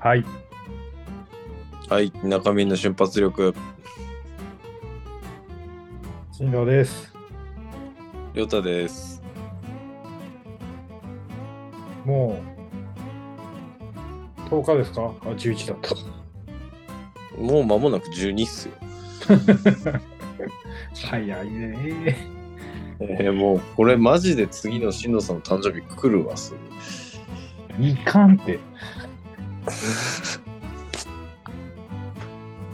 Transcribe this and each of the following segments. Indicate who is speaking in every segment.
Speaker 1: はい。
Speaker 2: はい、中身の瞬発力、
Speaker 1: 新郎です。
Speaker 2: りょうたです。
Speaker 1: もう、10日ですかあ、11だった。
Speaker 2: もう間もなく12っすよ。
Speaker 1: 早いね。
Speaker 2: えー、もう、これマジで次のしんのさんの誕生日来るわ、すぐ。
Speaker 1: いかんって。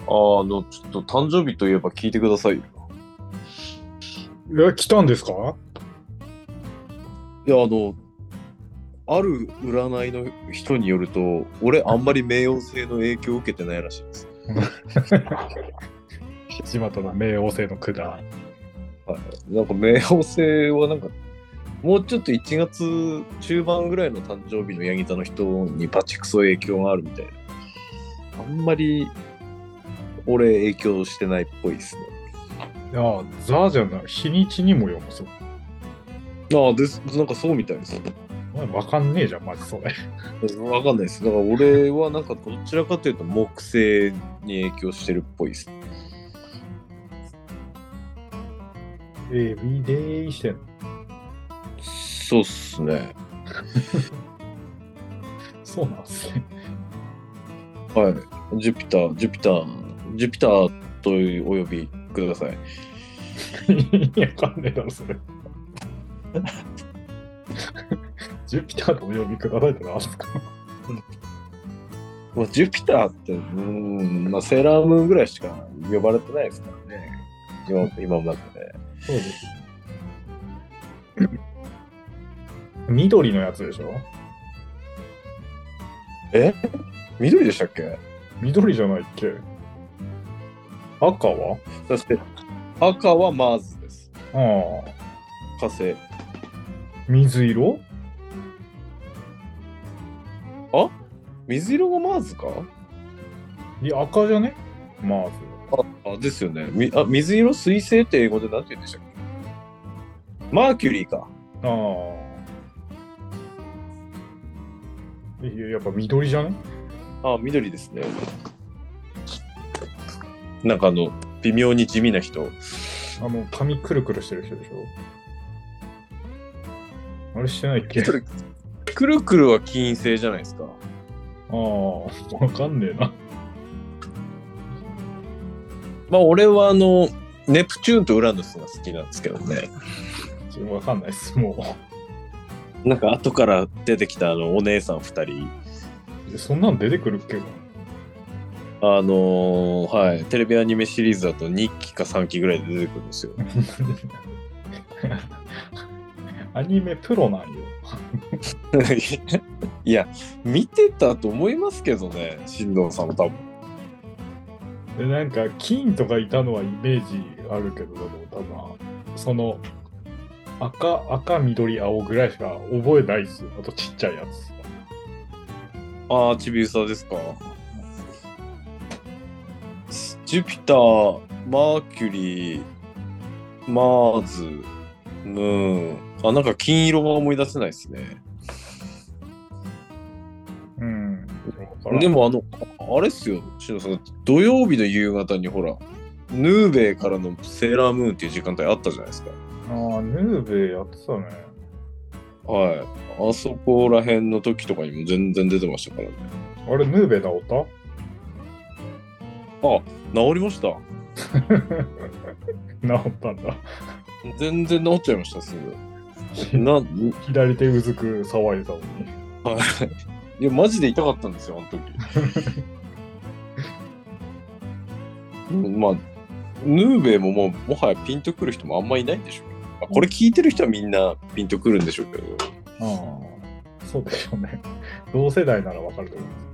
Speaker 2: ああの、ちょっと誕生日といえば聞いてくださいよ。
Speaker 1: え、来たんですか
Speaker 2: いや、あの、ある占いの人によると、俺あんまり冥王星の影響を受けてないらしいです。
Speaker 1: 始まったな、冥王星のくだ。
Speaker 2: なんか冥王星はなんか、もうちょっと1月中盤ぐらいの誕生日のヤギ座の人にバチクソ影響があるみたいな。あんまり俺影響してないっぽいですね。
Speaker 1: いや、ザじゃない。日にちにもよこそ。
Speaker 2: ああ、です。なんかそうみたいです。
Speaker 1: お前わかんねえじゃん、マジそれ。
Speaker 2: わかんないです。だから俺はなんかどちらかというと木星に影響してるっぽいです。
Speaker 1: エビデイしてんの。
Speaker 2: そうっすね。
Speaker 1: そうなんですね。
Speaker 2: はい。ジュピター、ジュピター、ジュピターとお呼びください。
Speaker 1: いや、わかんねえだろ、 それ。ジュピターとお呼びくださいってなんすか
Speaker 2: まあ、ジュピターって、うーん、まあ、セーラームーンぐらいしか呼ばれてないですからね。今今までね。
Speaker 1: そうです。緑のやつでしょ
Speaker 2: え緑でしたっけ
Speaker 1: 緑じゃないっけ赤は
Speaker 2: そして、赤はマーズです。
Speaker 1: あ
Speaker 2: 火星。
Speaker 1: あ。水色
Speaker 2: 水色がマーズか
Speaker 1: いや、赤じゃねまず。
Speaker 2: ああ、ですよね。みあ水色水星って英語で何て言うんでしたっけマーキュリーか。
Speaker 1: ああ。いや、やっぱ緑じゃね
Speaker 2: あ緑ですね。なんかあの、微妙に地味な人。
Speaker 1: あの、髪くるくるしてる人でしょあれしてないっけあ
Speaker 2: それくるくるは金星じゃないですか。
Speaker 1: あ、わかんねえな。
Speaker 2: まあ俺はあの、ネプチューンとウラヌスが好きなんですけどね。
Speaker 1: ちょっとわかんないっす、も
Speaker 2: なんか後から出てきたあのお姉さん2人、
Speaker 1: う。そんなん出てくるっけ
Speaker 2: あのーはい、テレビアニメシリーズだと2期か3期ぐらいで出てくるんですよ。
Speaker 1: アニメプロなんよ。
Speaker 2: いや、見てたと思いますけどね、新藤さんも多分。
Speaker 1: で、なんか、金とかいたのはイメージあるけど、でも多分、その、赤、赤、緑、青ぐらいしか覚えないっす。あとちっちゃいやつ。
Speaker 2: ああ、ちびうさですか。ジュピター、マーキュリー、マーズ、ムーン。あ、なんか金色が思い出せないですね。
Speaker 1: うん。
Speaker 2: で、もあの、あれっすよ、しのさん、土曜日の夕方にほら、ヌーベイからのセーラームーンっていう時間帯あったじゃないですか。
Speaker 1: ああ、ヌーベやってたね。
Speaker 2: はい。あそこら辺の時とかにも全然出てましたからね。
Speaker 1: あれ、ヌーベ治った
Speaker 2: 治りました。
Speaker 1: 治ったんだ。
Speaker 2: 全然治っちゃいました、す ぐ。な、
Speaker 1: 左手うずく騒いでたのに。
Speaker 2: はい。いや、マジで痛かったんですよ、あ の時。うんまあ、ヌーベイももう、もはやピンとくる人もあんまいないんでしょうけど、まあこれ聞いてる人はみんなピンとくるんでしょうけど、
Speaker 1: ああ、そうでしょうね。同世代ならわかると思います。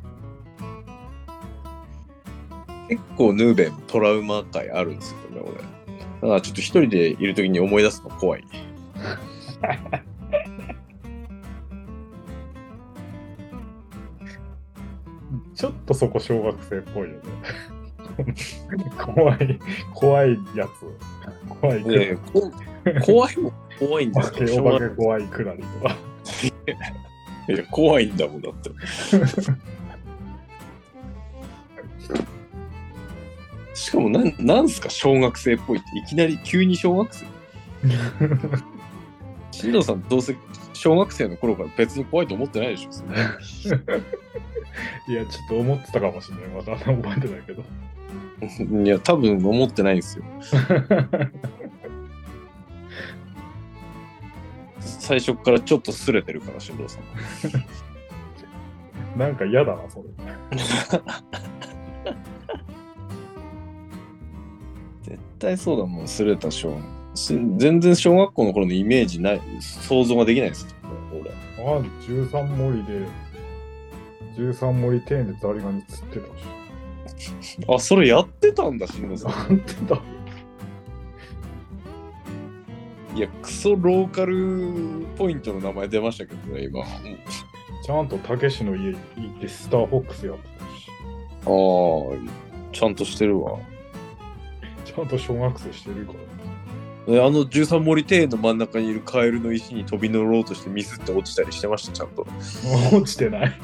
Speaker 2: 結構ヌーベイもトラウマ界あるんですよね、俺。だからちょっと一人でいる時に思い出すの怖い。
Speaker 1: ちょっとそこ小学生っぽいよね。怖い、怖いやつ。怖いくら
Speaker 2: ね
Speaker 1: り。
Speaker 2: え 怖いもん怖いん
Speaker 1: お
Speaker 2: だ
Speaker 1: 化け
Speaker 2: けど、
Speaker 1: お化け怖いくらりとか。
Speaker 2: いや怖いんだもんだって。しかもなん、なんすか、小学生っぽいって、いきなり急に小学生。新藤さん、どうせ小学生の頃から別に怖いと思ってないでしょ、そんない
Speaker 1: や、ちょっと思ってたかもしれない。まだ覚えてないけど。
Speaker 2: いや、多分思ってないんですよ。最初からちょっとすれてるから、新藤さん。
Speaker 1: なんか嫌だな、それ。
Speaker 2: 絶対そうだもん、すれた小し全然小学校の頃のイメージない、想像ができないです。俺。
Speaker 1: あ、13森で、13森庭園でザリガニ釣ってたし。
Speaker 2: あ、それやってたんだ、新藤さ
Speaker 1: なんてだ。
Speaker 2: ん。いや、クソローカルポイントの名前出ましたけどね、今。あ
Speaker 1: ちゃんとたけしの家に行ってスターフォックスやってたし。
Speaker 2: あ、ちゃんとしてるわ。
Speaker 1: ちゃんと小学生してるから。
Speaker 2: えあの十三森庭園の真ん中にいるカエルの石に飛び乗ろうとしてミスって落ちたりしてました、ちゃんと。
Speaker 1: 落ちてない。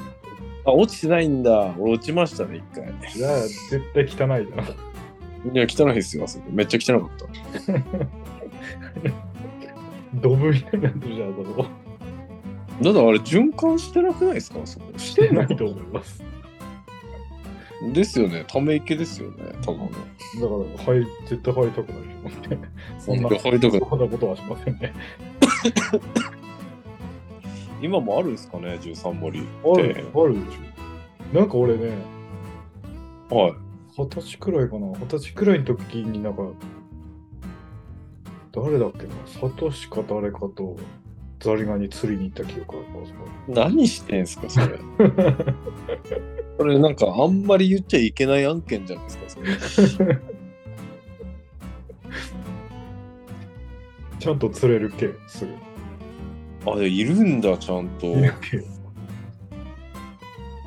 Speaker 2: あ、落ちてないんだ。俺落ちましたね、一回。
Speaker 1: じゃあ、絶対汚いじゃん。
Speaker 2: いや、汚いですよ、あそこめっちゃ汚かった。
Speaker 1: ドブみたいになってるじゃん、あそこ。
Speaker 2: ただあれ、循環してなくないですかあそこ。し
Speaker 1: して
Speaker 2: んの
Speaker 1: ないと思います。だか
Speaker 2: ですよね。ため池ですよね、多分。
Speaker 1: ら、はい、絶対入りたくないと思って。そんな、
Speaker 2: いや入りたくない
Speaker 1: そんなことはしませんね。
Speaker 2: 今もあるんですかね、十三森
Speaker 1: あ
Speaker 2: 庭
Speaker 1: る、ある
Speaker 2: 園。
Speaker 1: でしょ。なんか俺ね、
Speaker 2: はい。
Speaker 1: 二十歳くらいかな二十歳くらいの時になんか誰だっけなサトシか誰かとザリガニ釣りに行った記憶あるなそこ
Speaker 2: 何してんすか、そ れ。それなんか、あんまり言っちゃいけない案件じゃないですか、それ。
Speaker 1: ちゃんと釣れる系すぐ
Speaker 2: あ、でいるんだ、ちゃんと。
Speaker 1: いる系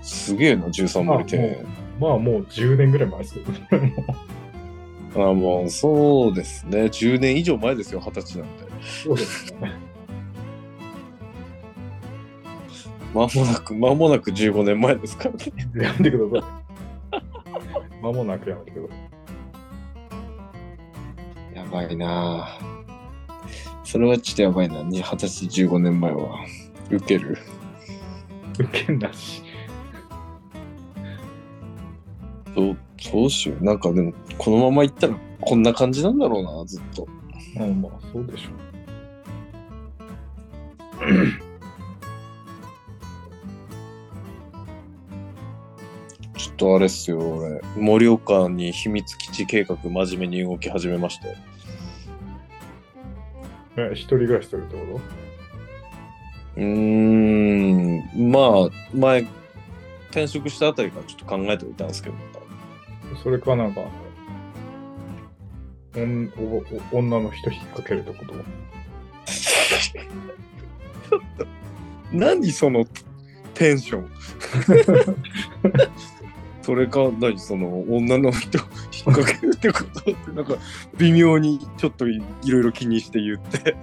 Speaker 2: すげえな、十三森庭園。
Speaker 1: まあもう10年ぐらい前ですけどね
Speaker 2: あ、もう、そうですね。10年以上前ですよ、二十歳なんで。
Speaker 1: そうですね
Speaker 2: まもなく、まもなく15年前ですからね。
Speaker 1: やめてく ださい間もなくやめてください
Speaker 2: やばいなあそれはちょっとやばいな。に二十歳15年前は。受ける。
Speaker 1: 受けんなし
Speaker 2: どう、どうしよう。なんかでも、このまま行ったらこんな感じなんだろうな、ずっと。
Speaker 1: うんまあそうでしょう
Speaker 2: ちょっとあれっすよ、俺。盛岡に秘密基地計画真面目に動き始めまして。
Speaker 1: え一人暮らしするってこ
Speaker 2: うーん、まあ、前、転職したあたりからちょっと考えておいたんですけど。
Speaker 1: とそれかなんかおんおお女の人引っ掛けるってこと
Speaker 2: 何そのテンション それか何その女の人引っ掛けるってことってなんか微妙にちょっといろいろ気にして言って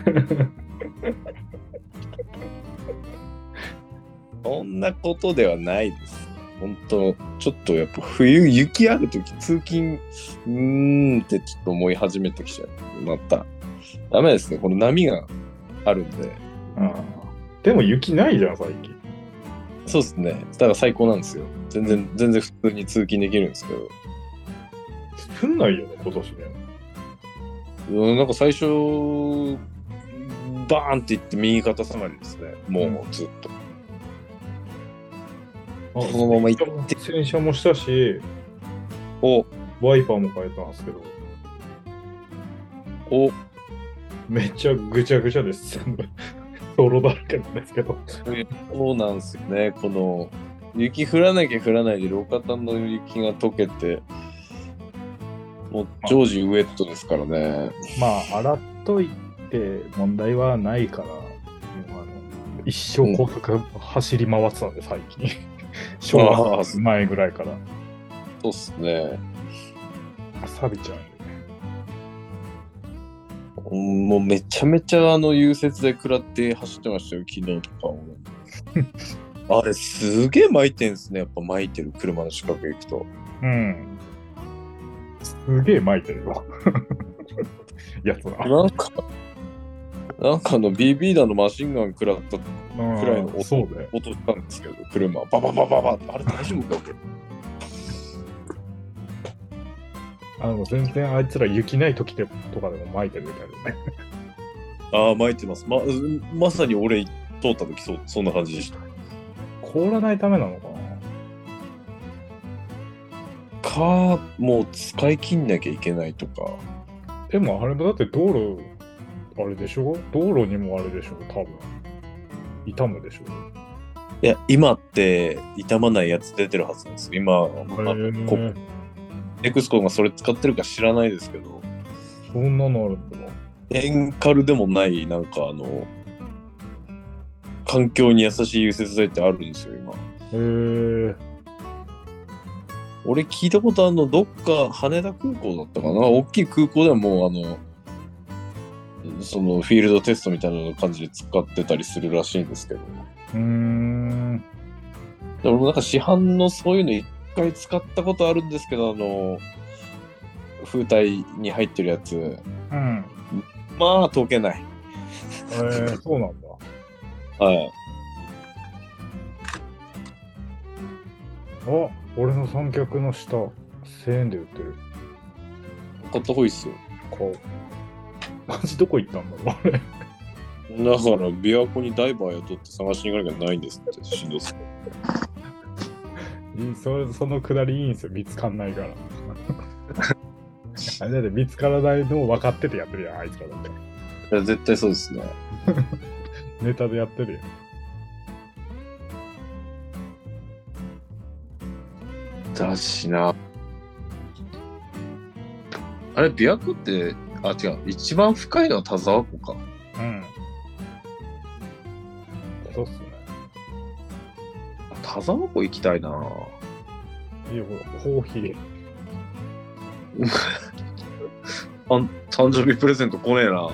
Speaker 2: そんなことではないです本当ちょっとやっぱ冬雪ある時通勤うーんってちょっと思い始めてきちゃうまたダメですねこの波があるんで
Speaker 1: でも雪ないじゃん、最近。
Speaker 2: そうですね。だから最高なんですよ。全然、全然普通に通勤できるんですけど。
Speaker 1: 降んないよね、今年ね。
Speaker 2: うんなんか最初、バーンっていって右肩下がりですね。もうずっと。このまま行って
Speaker 1: 洗車もしたし、
Speaker 2: お、
Speaker 1: ワイパーも変えたんですけど、
Speaker 2: お、
Speaker 1: めっちゃぐちゃぐちゃです、全部。 泥だらけなんですけど。
Speaker 2: そうなんですよね。この、雪降らなきゃ降らないで、路肩の雪が溶けて、もう常時ウェットですからね。
Speaker 1: まあ、洗っといて問題はないから、もうあの一生高速走り回ってたんで、最 近。小学生前ぐらいから。
Speaker 2: そうっすね。
Speaker 1: 錆びちゃうんでね。
Speaker 2: もうめちゃめちゃあの融雪で食らって走ってましたよ、昨日とか俺。あれすげえ巻いてんすね、やっぱ巻いてる車の近く行くと。
Speaker 1: うん。すげえ巻いてる よ。やつら。
Speaker 2: なんか、なんかあの BB 弾のマシンガン食らった
Speaker 1: うん
Speaker 2: くらいの音
Speaker 1: そうだよ。
Speaker 2: 音したんですけど、車、バババババってあれ大丈夫か
Speaker 1: あの、全然あいつら雪ない時でとかでも巻いてるみたいだね。
Speaker 2: ああ、巻いてます。ままさに俺通った時そうそんな感じでした。
Speaker 1: 凍らないためなのかな
Speaker 2: か、もう使い切んなきゃいけないとか。
Speaker 1: でもあれもだって道路、あれでしょ道路にもあれでしょ多分。痛むでしょ
Speaker 2: いや、今って傷まないやつ出てるはずなんですよ。今、あ
Speaker 1: へえ
Speaker 2: こエクスコがそれ使ってるか知らないですけど、
Speaker 1: そんなのあるんだな。
Speaker 2: エンカルでもない、なんかあの、環境に優しい融雪剤ってあるんですよ、今。
Speaker 1: へえ。
Speaker 2: 俺聞いたことあるの、どっか羽田空港だったかな大きい空港ではもうあの、そのフィールドテストみたいな感じで使ってたりするらしいんですけど。
Speaker 1: うーん。
Speaker 2: でもなんか市販のそういうの一回使ったことあるんですけど、あの、風体に入ってるやつ、
Speaker 1: うん。
Speaker 2: まあ溶けない。
Speaker 1: えー、そうなんだ。
Speaker 2: はい。
Speaker 1: あ俺の三脚の下、1000円で売ってる。
Speaker 2: 買った方がいいっすよ。
Speaker 1: 買う。マジどこ行ったんだろうあれ。
Speaker 2: だから、琵琶湖にダイバー雇って探しに行かなきゃないんですって、しんどす
Speaker 1: いい それそのくだりいいんですよ、見つかんないから。あれだって見つからないのを分かっててやってるやん、あいつらだって。
Speaker 2: いや、絶対そうですね。
Speaker 1: ネタでやってるやん。
Speaker 2: だしな。あれ、琵琶湖って、あ、違う。一番深いのは田沢湖か。
Speaker 1: うん。そうっす
Speaker 2: 田沢湖行きたいな
Speaker 1: ね。いいよ、コーヒー。
Speaker 2: あん誕生日プレゼント来ねえな。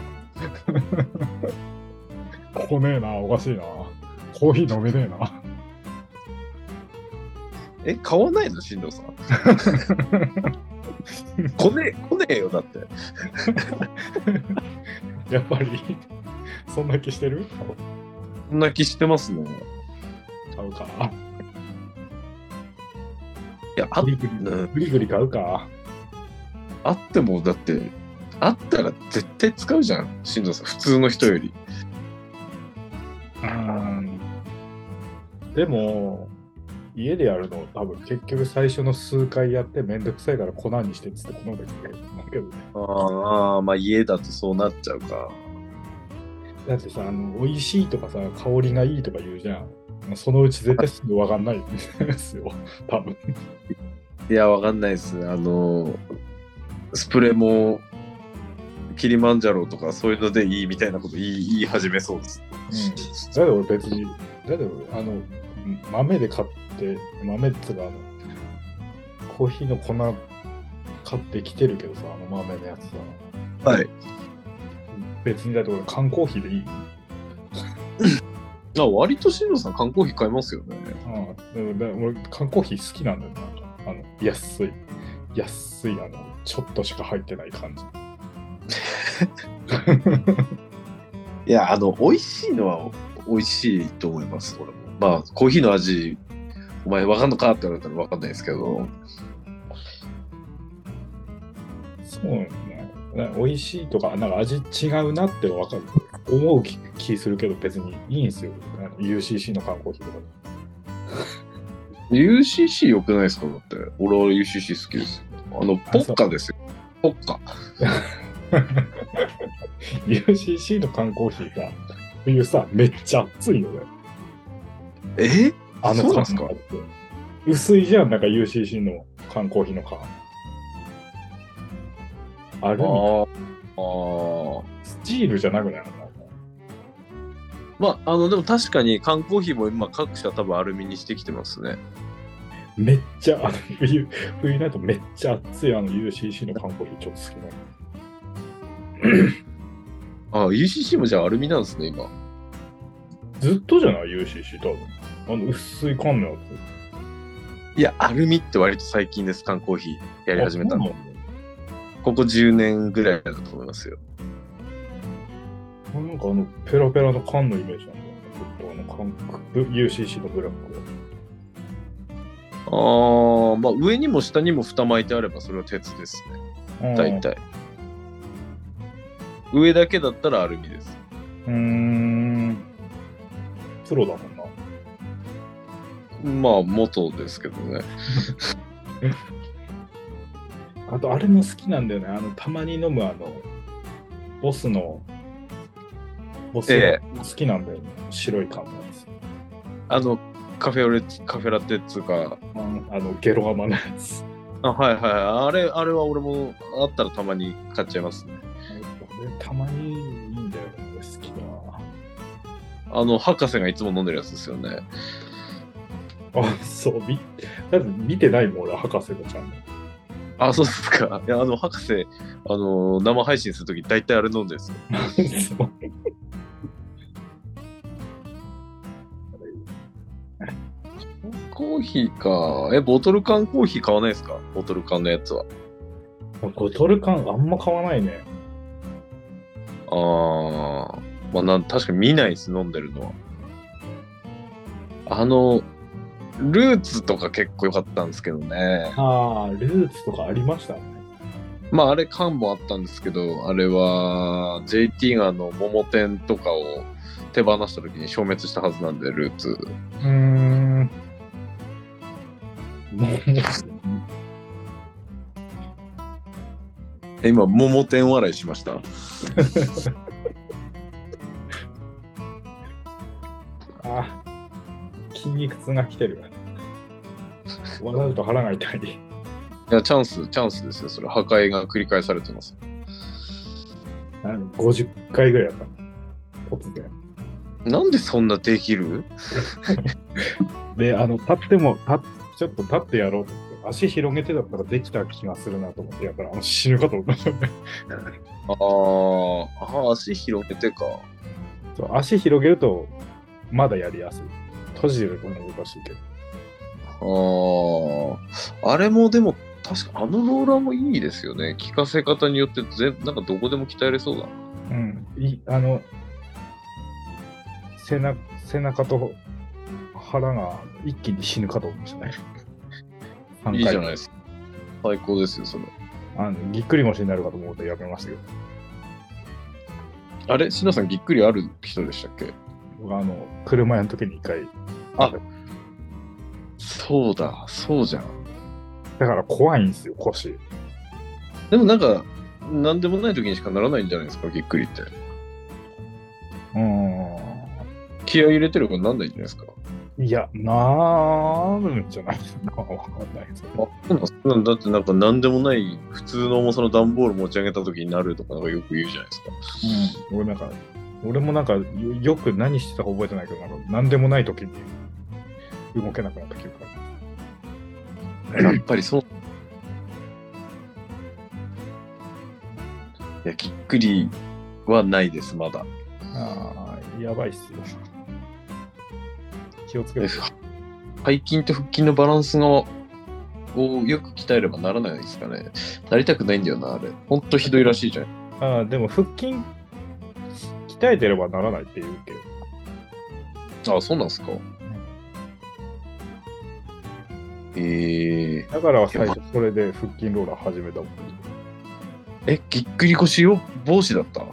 Speaker 1: 来ねえな、おかしいな。コーヒー飲めねえな。
Speaker 2: え、買わないの、進藤 さん。来ねえ、来ねえよ、だって。
Speaker 1: やっぱり、そんな気してる
Speaker 2: そんな気してますね。
Speaker 1: 買うか。
Speaker 2: いや、あ
Speaker 1: グリグリ
Speaker 2: うん
Speaker 1: グリグリ買うか。
Speaker 2: あっても、だって、あったら絶対使うじゃん、進藤さん。普通の人より。
Speaker 1: うん。でも、家でやるの多分結局最初の数回やってめんどくさいから粉にしてっつって粉だけどだけどね。
Speaker 2: ああ、まあ家だとそうなっちゃうか。
Speaker 1: だってさ、あの、美味しいとかさ、香りがいいとか言うじゃん。そのうち絶対すぐ分かんないんですよ。多分。
Speaker 2: いや、わかんないですね。あの、スプレも、キリマンジャロとかそういうのでいいみたいなこと言い言い始めそうです。
Speaker 1: だって俺別に、だって俺、あの、豆で買って、豆っつうか、あの、コーヒーの粉買ってきてるけどさ、あの豆のやつさ、
Speaker 2: はい。
Speaker 1: 別にだって俺缶コーヒーでいい。
Speaker 2: あ割と新藤さん缶コーヒー買いますよね。
Speaker 1: ああ、でもでも俺、缶コーヒー好きなんだよな。あの、安い。安い、あの、ちょっとしか入ってない感じ。
Speaker 2: いや、あの、美味しいのは美味しいと思います、俺も。まあ、コーヒーの味、お前わかんのかって言われたらわかんないですけど。
Speaker 1: そうね。な美味しいとか、なんか味違うなってわかる。思う気気するけど、別にいいんですよ。あの UCC の缶コーヒーとか。
Speaker 2: UCC 良くないですかだって。俺は UCC 好きですよ。あの、ポッカですよ。ポッカ。
Speaker 1: UCC の缶コーヒーさ、冬さ、めっちゃ熱いよね。
Speaker 2: え
Speaker 1: あの
Speaker 2: そうなん
Speaker 1: 缶
Speaker 2: すか
Speaker 1: って薄いじゃん、なんか UCC の缶コーヒーの缶。あ
Speaker 2: あ
Speaker 1: れ、
Speaker 2: あ。ああ。
Speaker 1: スチールじゃなくないの
Speaker 2: まあ、あの、でも確かに缶コーヒーも今各社多分アルミにしてきてますね。
Speaker 1: めっちゃ、あの冬、冬になるとめっちゃ熱いあの UCC の缶コーヒーちょっと好きなの。
Speaker 2: ああ、UCC もじゃあアルミなんですね、今。
Speaker 1: ずっとじゃない ?UCC 多分。あの薄い缶のや
Speaker 2: いや、アルミって割と最近です、缶コーヒーや
Speaker 1: つ。
Speaker 2: り始めた
Speaker 1: あ
Speaker 2: の。
Speaker 1: そうなんだ
Speaker 2: ここ10年ぐらいだと思いますよ。
Speaker 1: なんかあの、ペラペラの缶のイメージなんだよね。ちょっとあの缶、ブ UCC のブラックは。
Speaker 2: ああ、まあ上にも下にも蓋巻いてあればそれは鉄ですね。大体。上だけだったらアルミです。
Speaker 1: うーん。プロだもんな。
Speaker 2: まあ元ですけどね。
Speaker 1: あと、あれも好きなんだよね。あの、たまに飲むあの、ボスの、ボス
Speaker 2: え
Speaker 1: 好きなんだよね。白い缶のやつ。
Speaker 2: あの、カフェオレ、カフェラテっつうか、
Speaker 1: あの、ゲロ甘のやつ。
Speaker 2: あ、はいはい。あれ、あれは俺もあったらたまに買っちゃいますね。
Speaker 1: これたまにいいんだよね。俺好きだ
Speaker 2: あの、博士がいつも飲んでるやつですよね。
Speaker 1: な。あ、そう、み、だって見てないもん、俺、博士のちゃん。
Speaker 2: あ、そうですか。いや、あの、博士、あの、生配信するとき大体あれ飲んでるんですよ。
Speaker 1: そう
Speaker 2: コーヒーか。え、ボトル缶コーヒー買わないですかボトル缶のやつは。
Speaker 1: ボトル缶あんま買わないね。
Speaker 2: ああ、まあなん、確かに見ないです、飲んでるのは。あの、ルーツとか結構良かったんですけどね。
Speaker 1: ああ、ルーツとかありましたね。
Speaker 2: まあ、あれ缶もあったんですけど、あれは JT があの、桃店とかを手放した時に消滅したはずなんで、ルーツ。
Speaker 1: うーん。もう、
Speaker 2: え今、桃店笑いしました。
Speaker 1: あ筋肉痛が来てる。笑うと腹が痛い。
Speaker 2: いや、チャンス、チャンスですよ、それ。破壊が繰り返されてます。
Speaker 1: あの50回ぐらいやったの。突然。
Speaker 2: なんでそんなできる
Speaker 1: で、あの、立っても、立っちょっと立ってやろうと思って、足広げてだったらできた気がするなと思って、やったらあの死ぬかと思ったよね。
Speaker 2: あーあ、足広げてか。
Speaker 1: そう足広げると、まだやりやすい。閉じると難しいけど。
Speaker 2: ああ、あれもでも、確かあのローラーもいいですよね。効かせ方によって全、なんかどこでも鍛えれそうだな。
Speaker 1: うん。いあの、背中背中と腹が一気に死ぬかと思いま したね。三回
Speaker 2: いいじゃないですか。最高ですよ、それ。
Speaker 1: あのぎっくり腰になるかと思うとやめましたけど、
Speaker 2: あれ、しなさん、ぎっくりある人でしたっけ
Speaker 1: 僕あの、車屋の時に一回、
Speaker 2: あそうだ、そうじゃん。
Speaker 1: だから怖いんですよ、腰。
Speaker 2: でもなんか、なんでもない時にしかならないんじゃないですか、ぎっくりって。
Speaker 1: うーん。
Speaker 2: 気合い入れてるからなんないんじゃないですか。
Speaker 1: いや、なーるんじゃないのかわかんないですけど。
Speaker 2: あ、そうなんだだってなんかなんでもない普通の重さの段ボール持ち上げた時になるとかなんかよく言うじゃないですか。
Speaker 1: うん、俺なんか、俺もなんかよよく何してたか覚えてないけど、なんか何でもない時に動けなくなった記憶がある。
Speaker 2: やっぱりそう。いや、ぎっくりはないです、まだ。
Speaker 1: あー、やばいっすよ。気をつけ
Speaker 2: え
Speaker 1: て。
Speaker 2: 背筋と腹筋のバランスのをよく鍛えればならないですかね。なりたくないんだよな、あれ。ほんとひどいらしいじゃん。
Speaker 1: あー、でも腹筋、鍛えてればならないって言うけど。
Speaker 2: あそうなんですか。えー、
Speaker 1: だから最初それで腹筋ローラー始めたもん。
Speaker 2: え、ぎっくり腰を帽子だった
Speaker 1: うん、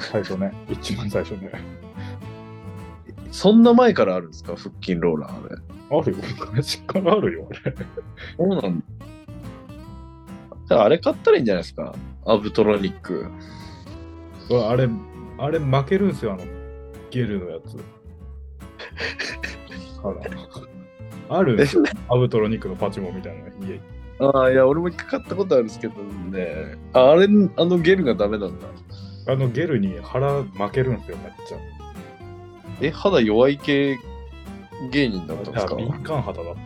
Speaker 1: 最初ね。一番最初ね。
Speaker 2: そんな前からあるんですか、腹筋ローラーあれ。
Speaker 1: あるよ。昔からあるよ、あれ。
Speaker 2: そうなんだ。じゃああれ買ったらいいんじゃないですか。アブトロニック。
Speaker 1: うわあれ、あれ負けるんすよ、あの、ゲルのやつ。あらあるんですよ、アブトロニックのパチモンみたいな家。
Speaker 2: ああ、いや、俺も一回買ったことあるんですけどね。ああれ、あのゲルがダメなんだ。
Speaker 1: あのゲルに腹負けるんすよ、めっちゃ。
Speaker 2: え、肌弱い系芸人だったんですか
Speaker 1: あ敏感肌だった。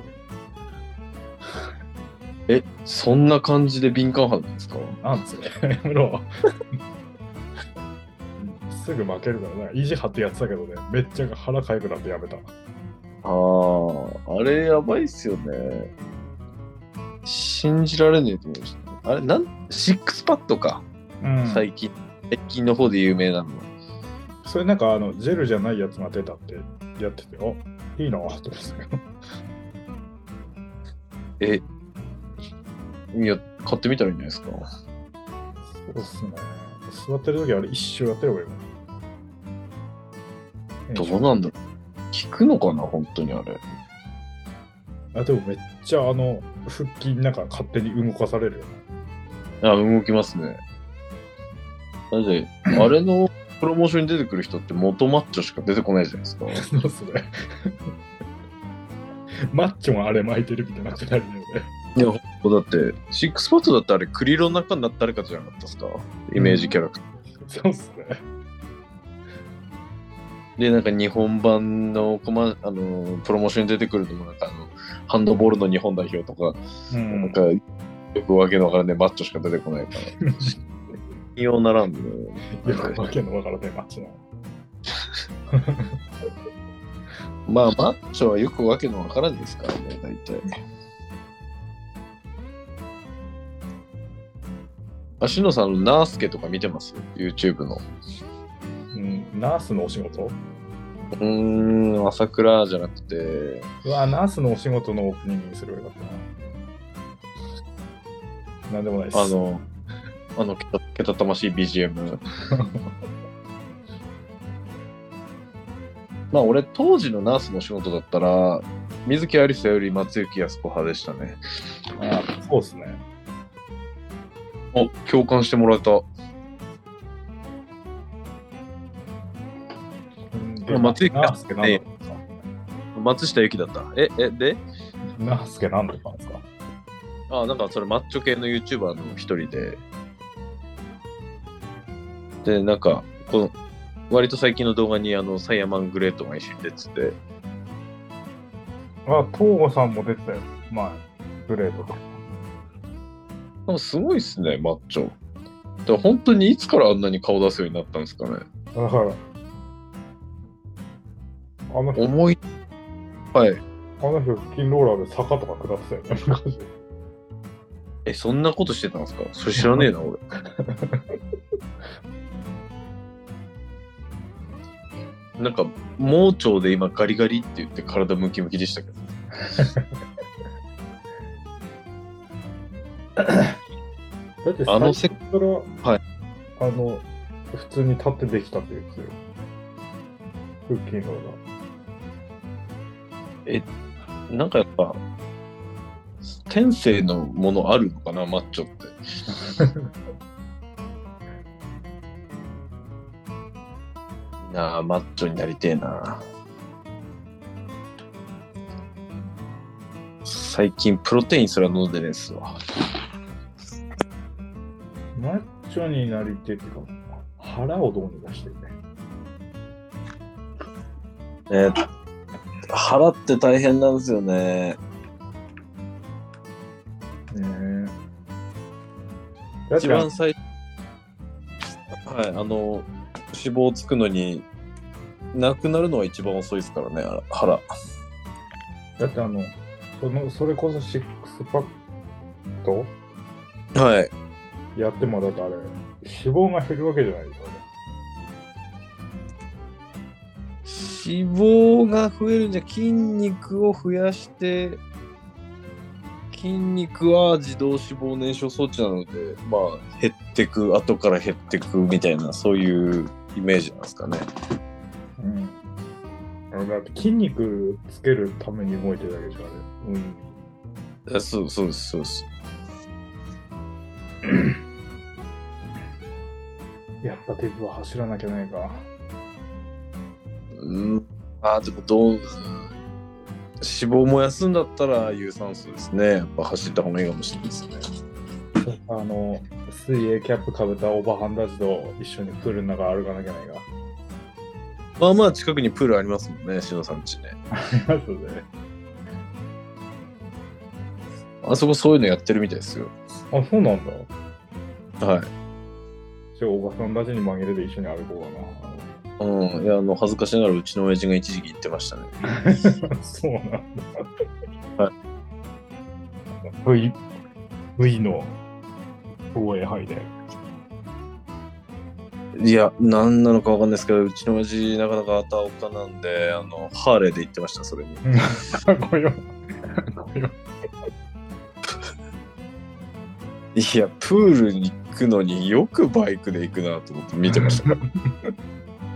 Speaker 2: え、そんな感じで敏感肌なんですか
Speaker 1: なんつうのやめろ。 すぐ負けるからな。意地張ってやってたけどね、めっちゃ腹かゆくなってやめた。
Speaker 2: ああ、あれやばいっすよね。信じられねえと思いました。あれ、なん、シックスパッドか。
Speaker 1: うん
Speaker 2: 最近、最近の方で有名なの。
Speaker 1: それなんかあの、ジェルじゃないやつが出たってやってて、あいいなぁと思ってたけど。
Speaker 2: え、いや、買ってみたらいいんじゃないですか。
Speaker 1: そうっすね。座ってる時あれ一生やってればいい
Speaker 2: ど
Speaker 1: も
Speaker 2: うなんだろう。効くのかな、本当にあれ。
Speaker 1: あ、でもめっちゃあの、腹筋なんか勝手に動かされるよね。
Speaker 2: あ、動きますね。だって、あれのプロモーションに出てくる人って元マッチョしか出てこないじゃないですか。
Speaker 1: そうっすね。 マッチョがあれ巻いてるみたいなくなるよね。
Speaker 2: いや、だって、シックスパッドだってあれ、クリロの中になった誰かじゃなかったですかイメージキャラクター。
Speaker 1: そうっすね。
Speaker 2: で、なんか日本版のコマ、あの、プロモーションに出てくるのも、なんかあの、ハンドボールの日本代表とか、
Speaker 1: う
Speaker 2: なん
Speaker 1: ん。
Speaker 2: か、よくわけのわからね、マッチョしか出てこ ないから。信用ならんで、
Speaker 1: よくわけのわからないマッチョな。
Speaker 2: まあ、マッチョはよくわけのわからんですからね、大体。あ、しのさん、あのナースケとか見てます ?YouTube の。
Speaker 1: うん、ナースのお仕事
Speaker 2: うーん、朝倉じゃなくて、
Speaker 1: うわ、ナースのお仕事のオープニングにすればよかったな。なんでもないです。
Speaker 2: あの、あのけた、けたたましい BGM。まあ、俺、当時のナースの仕事だったら、水木有沙より松雪靖子派でしたね。
Speaker 1: あ、そうっすね。
Speaker 2: お、共感してもらえた。
Speaker 1: うん
Speaker 2: いや松井
Speaker 1: ナースケなんだったんですか
Speaker 2: 松下由紀だった。え、え、で
Speaker 1: ナースケなんだったんですか
Speaker 2: あなんかそれマッチョ系の YouTuber の一人で。で、なんか、この、割と最近の動画にあの、サイヤマングレートが一緒に出てて、
Speaker 1: あ、東郷さんも出てたよ。前。グレードとか。
Speaker 2: なんかすごいっすね、マッチョ。だから本当にいつからあんなに顔出すようになったんですかね。
Speaker 1: だから、あの人、
Speaker 2: 重い。はい。
Speaker 1: あの人腹筋ローラーで坂とか下ってたよね、昔。
Speaker 2: え、そんなことしてたんですかそれ知らねえ な、俺。なんか、盲腸で今ガリガリって言って体ムキムキでしたけど。
Speaker 1: だって
Speaker 2: あの
Speaker 1: 最初から、
Speaker 2: はい
Speaker 1: あの、普通に立ってできたって言うんですよ。腹筋ローラー。
Speaker 2: なんかやっぱ、天性のものあるのかな、マッチョ って。なあ、マッチョになりてえな。最近プロテインすら飲んでねえっすわ。
Speaker 1: マッチョになりてっていうか、腹をどうにかしてね。
Speaker 2: えー腹って大変なんですよね。
Speaker 1: ねえ。だっ
Speaker 2: 一
Speaker 1: てあ
Speaker 2: 番最はい、あの、脂肪つくのに、なくなるのは一番遅いですからね、あら腹。
Speaker 1: だってあの、そのそれこそシックスパッド
Speaker 2: はい。
Speaker 1: やってもだってあれ、脂肪が減るわけじゃないですよね。
Speaker 2: 脂肪が増えるんじゃ筋肉を増やして筋肉は自動脂肪燃焼装置なのでまあ減ってく後から減ってくみたいなそういうイメージなんですかね
Speaker 1: うん。あのだって筋肉つけるために動いてるだけじゃあれ。うん。
Speaker 2: あそうそうですそうです
Speaker 1: やっぱデブは走らなきゃないか。
Speaker 2: うんあでもどううん脂肪燃やすんだったら有酸素ですねやっぱ走った方がいいかもしれないですね
Speaker 1: あの、 水泳キャップかぶったオーバーハンダージと一緒にプールの中歩かなきゃないか。
Speaker 2: まあまあ近くにプールありますもんね、しのさんちね。
Speaker 1: ありますね。
Speaker 2: あそこそういうのやってるみたいですよ。
Speaker 1: あ、そうなんだ。
Speaker 2: はい。
Speaker 1: じゃあ、おばさんたちに紛れて一緒に歩こう
Speaker 2: うん。いや、あの、恥ずかしながらうちの親父が一時期行ってましたね。
Speaker 1: かな。 そうなんだ。。
Speaker 2: はい
Speaker 1: V、V の防衛杯で。
Speaker 2: いや、何なのかわかんないですけど、うちの親父なかなかあたおかなんで、あの、ハーレーで行ってました、それに。
Speaker 1: ごよ。ごよ。
Speaker 2: いや、プールに行くのによくバイクで行くなと思って見てましたから。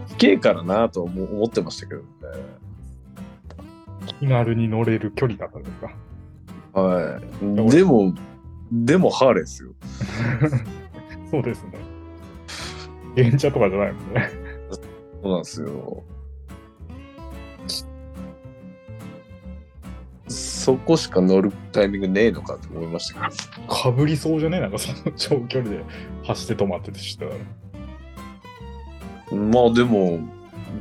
Speaker 2: 危険からなとは思思ってましたけどね。
Speaker 1: 気軽に乗れる距離だったんですか。
Speaker 2: はい。でも、でもハーレーですよ。
Speaker 1: そうですね。原茶とかじゃないもんね。
Speaker 2: そうなんですよ。そこしか乗るタイミングねえのかと思いましたけ
Speaker 1: かぶりそうじゃねなんかその長距離で走って止まっててしたら。
Speaker 2: ど。まあでも、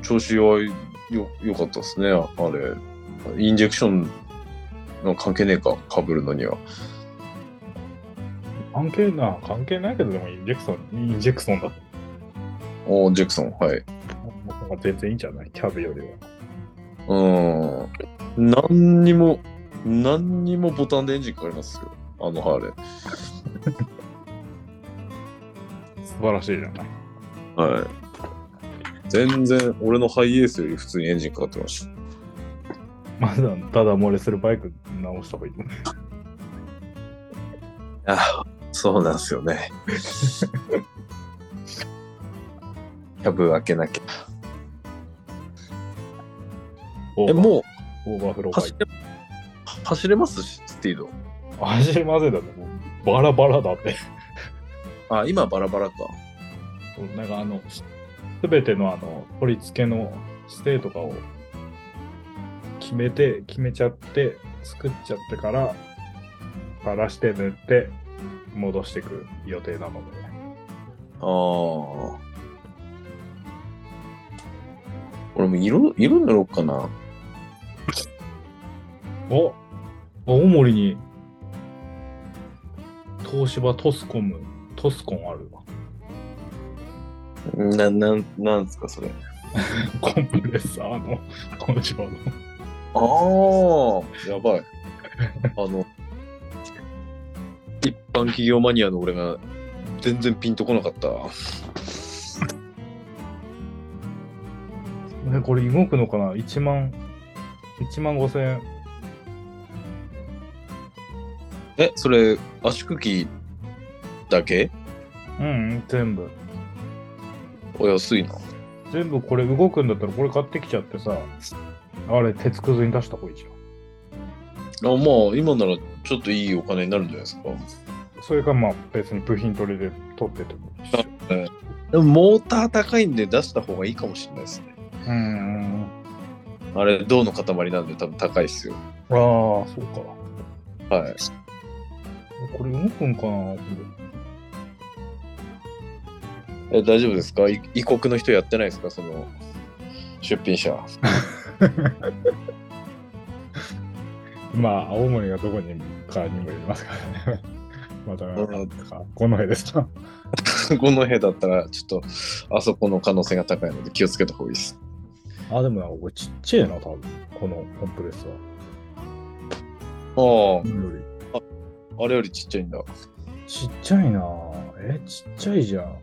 Speaker 2: 調子はよ良かったですね、あれ。インジェクションの関係ねえか、かぶるのには。
Speaker 1: 関係な、関係ないけど、でもインジェクソン、インジェクソンだっ
Speaker 2: おージェクソン、はい。
Speaker 1: た方が全然いいんじゃないキャブよりは。
Speaker 2: うん。何にも、何にもボタンでエンジンかかりますよ。あのハーレー。
Speaker 1: 素晴らしいじゃない。
Speaker 2: はい。全然、俺のハイエースより普通にエンジンかかってました。
Speaker 1: まずはただ漏れするバイク直した方がいいと思う。
Speaker 2: あそうなんですよね。 キャブ開けなきゃ。え、
Speaker 1: う
Speaker 2: も
Speaker 1: オーバーフロ
Speaker 2: う
Speaker 1: ーバイ
Speaker 2: 走
Speaker 1: ク。
Speaker 2: れ走れますスピード。
Speaker 1: 走りませんだね。もうバラバラだって。
Speaker 2: あ、今バラバラか。
Speaker 1: なんかあの、すべてのあの、取り付けの指定とかを決めて、決めちゃって、作っちゃってから、バラして塗って、戻していく予定なので。
Speaker 2: ああ。俺も色、色塗ろうかな。
Speaker 1: お青森に、東芝トスコム、トスコンあるわ。
Speaker 2: な、なん、なんですか、それ。
Speaker 1: コンプレッサーの、東芝の。
Speaker 2: ああ、やば い。あの、一般企業マニアの俺が全然ピンとこなかった。
Speaker 1: ねこれ動くのかな ?1 万、1万5千円。
Speaker 2: え、それ、圧縮機だけ
Speaker 1: うんうん、全部。
Speaker 2: お安いな。
Speaker 1: 全部これ動くんだったらこれ買ってきちゃってさあれ鉄くずに出した方がいいじゃ
Speaker 2: あまあ、今ならちょっといいお金になるんじゃないですか。
Speaker 1: んそれかまあ別に部品取りで取っててもいいし
Speaker 2: でも、モーター高いんで出した方がいいかもしれないですね。
Speaker 1: うん
Speaker 2: あれ、銅の塊なんで多分高いっすよ。
Speaker 1: ああそうか
Speaker 2: はい。
Speaker 1: これ動くんかなこ
Speaker 2: え大丈夫ですかい異国の人やってないですかその、出品者。
Speaker 1: れまあ青森がどこにかにもよりますからね また
Speaker 2: うん
Speaker 1: この辺ですか
Speaker 2: この部屋だったら、ちょっと、あそこの可能性が高いので気をつけた方がいいです。
Speaker 1: あでもなんかこれちっちゃいな多分このコンプレッサー
Speaker 2: ああ、
Speaker 1: より
Speaker 2: あれよりちっちゃいんだ。
Speaker 1: ちっちゃいなえちっちゃいじゃん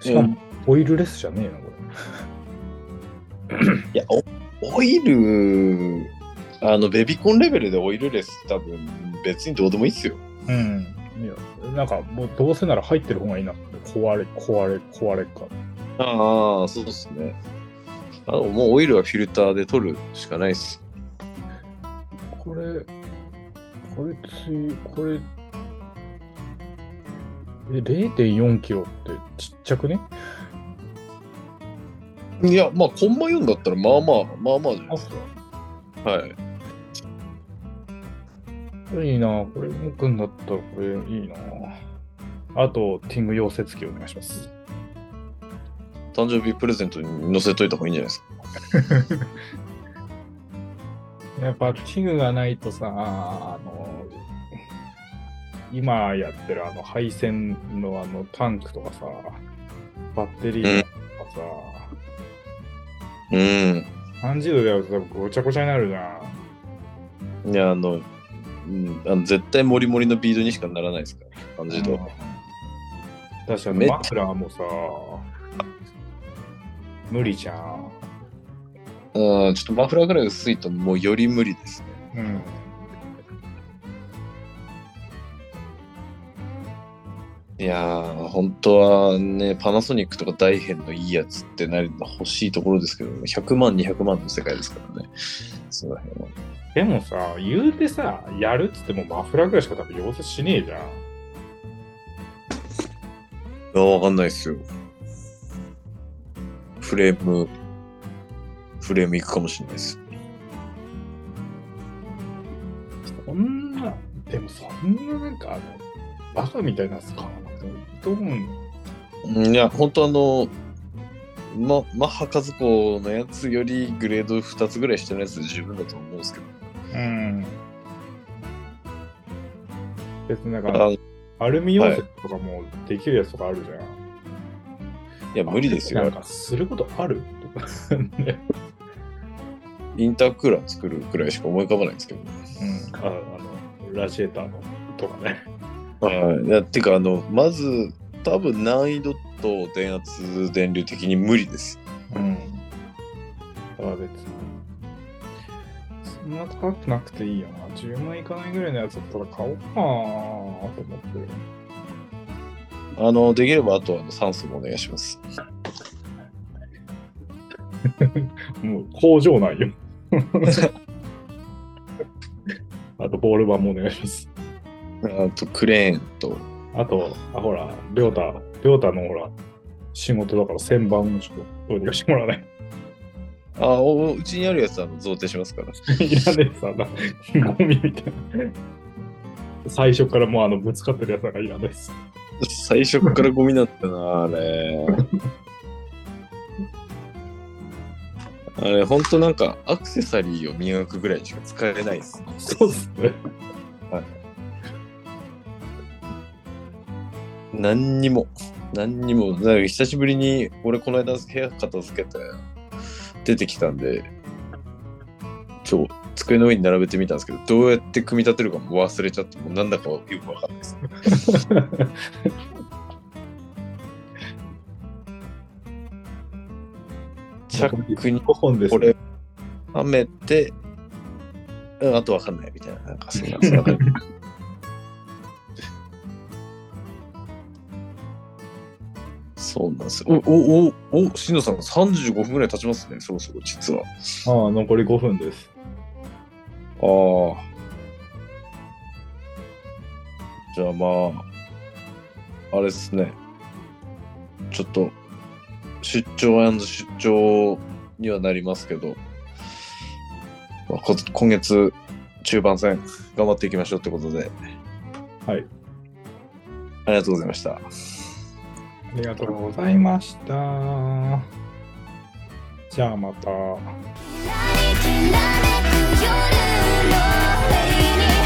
Speaker 1: しかもオイルレスじゃねえなこれ
Speaker 2: いや、おオイル、あの、ベビコンレベルでオイルレス、多分別にどうでもいいっすよ。
Speaker 1: うん。いや、なんかもうどうせなら入ってる方がいいなって、壊れ、壊れ、壊れっか。
Speaker 2: ああ、そうですね。あのもうオイルはフィルターで取るしかないっす。
Speaker 1: これ、これつい、これ、え、0.4キロってちっちゃくね
Speaker 2: いや、まあ、コンマ4だったら、まあまあ、まあまあじゃないです
Speaker 1: そ
Speaker 2: か。はい。
Speaker 1: う。いいなこれ動くんだったらこれいいなあと、ティング溶接機お願いします。
Speaker 2: 誕生日プレゼントに載せといた方がいいんじゃないですか。
Speaker 1: やっぱ器具がないとさ、あの、今やってるあの配線のあのタンクとかさ、バッテリーとかさ、
Speaker 2: うん。
Speaker 1: 30度でやると多分ごちゃごちゃになるじゃん。
Speaker 2: いや、あの、うん、あの絶対モリモリのビードにしかならないですから、感じと。
Speaker 1: だし、あ
Speaker 2: め
Speaker 1: の
Speaker 2: っ
Speaker 1: マフラーもさ、無理じゃん。
Speaker 2: うん、ちょっとマフラーぐらい薄いと、もうより無理ですね。
Speaker 1: うん。
Speaker 2: いやー、本当はね、パナソニックとかダイヘンのいいやつってなり欲しいところですけど、100万、200万の世界ですからね。その辺は。
Speaker 1: でもさ、言うてさ、やるっつってもマフラーぐらいしか多分溶接しねえじゃん。
Speaker 2: いや、わかんないですよ。フレーム、フレームいくかもしれないです。
Speaker 1: そんな、でもそんななんかあの、バカみたいなやつ買わなくてもいいと思うん
Speaker 2: うんいや、本当あの、ま、マッハ和子のやつよりグレード2つぐらいしてるやつで十分だと思うんですけど。
Speaker 1: うん。別になんか、
Speaker 2: あい
Speaker 1: アルミ溶接とかもできるやつとかあるじゃん。
Speaker 2: や、無理です
Speaker 1: な
Speaker 2: よ
Speaker 1: ん。か、することあるとか。ね
Speaker 2: インタークーラー作るくらいしか思い浮かばないんですけど。
Speaker 1: うん。ああの、ラジエーターのとかね。
Speaker 2: はい。いや、てか、あの、まず、多分難易度と電圧、電流的に無理です。
Speaker 1: うん。だから別に。そんな高くなくていいよな。10万いかないぐらいのやつだったら買おうかなと思ってる。
Speaker 2: あの、できれば、あとはあの酸素もお願いします。
Speaker 1: もう工場内 よ。あと、ボール板もお願いします。
Speaker 2: あと、クレーンと、
Speaker 1: あと、あほら、りょうた、りょうたのほら、仕事だから旋盤のちょっと、どうにかしてもらわない。
Speaker 2: あ、おうちにあるやつはあの贈呈しますから。
Speaker 1: いらねえさ、なゴミみたいな。最初からもうあの、ぶつかってるやつがいらないです。
Speaker 2: 最初からゴミだったな、あれ。あれ、ほんとなんか、アクセサリーを磨くぐらいしか使えないです。
Speaker 1: そうっす ね。
Speaker 2: 何にも。何にも。だから久しぶりに、俺この間部屋片付けて、出てきたんで、ちょ、机の上に並べてみたんですけど、どうやって組み立てるかも忘れちゃって、もうなんだかよくわかんないです。チャックに
Speaker 1: 5本です、
Speaker 2: これ、はめて、うん、あとわかんないみたいな、なんかそんな、そんな感じ。そうなんですよ。お、お、お、お、しのさん、35分ぐらい経ちますね、そろそろ、実は。
Speaker 1: ああ、残り5分です。
Speaker 2: ああ。じゃあまあ、あれですね。ちょっと、出張出張にはなりますけど、まあこ今月、中盤戦、頑張っていきましょうってことで。
Speaker 1: はい。
Speaker 2: ありがとうございました。
Speaker 1: ありがとうございました。じゃあまた。
Speaker 3: きらめく夜のフェイニックス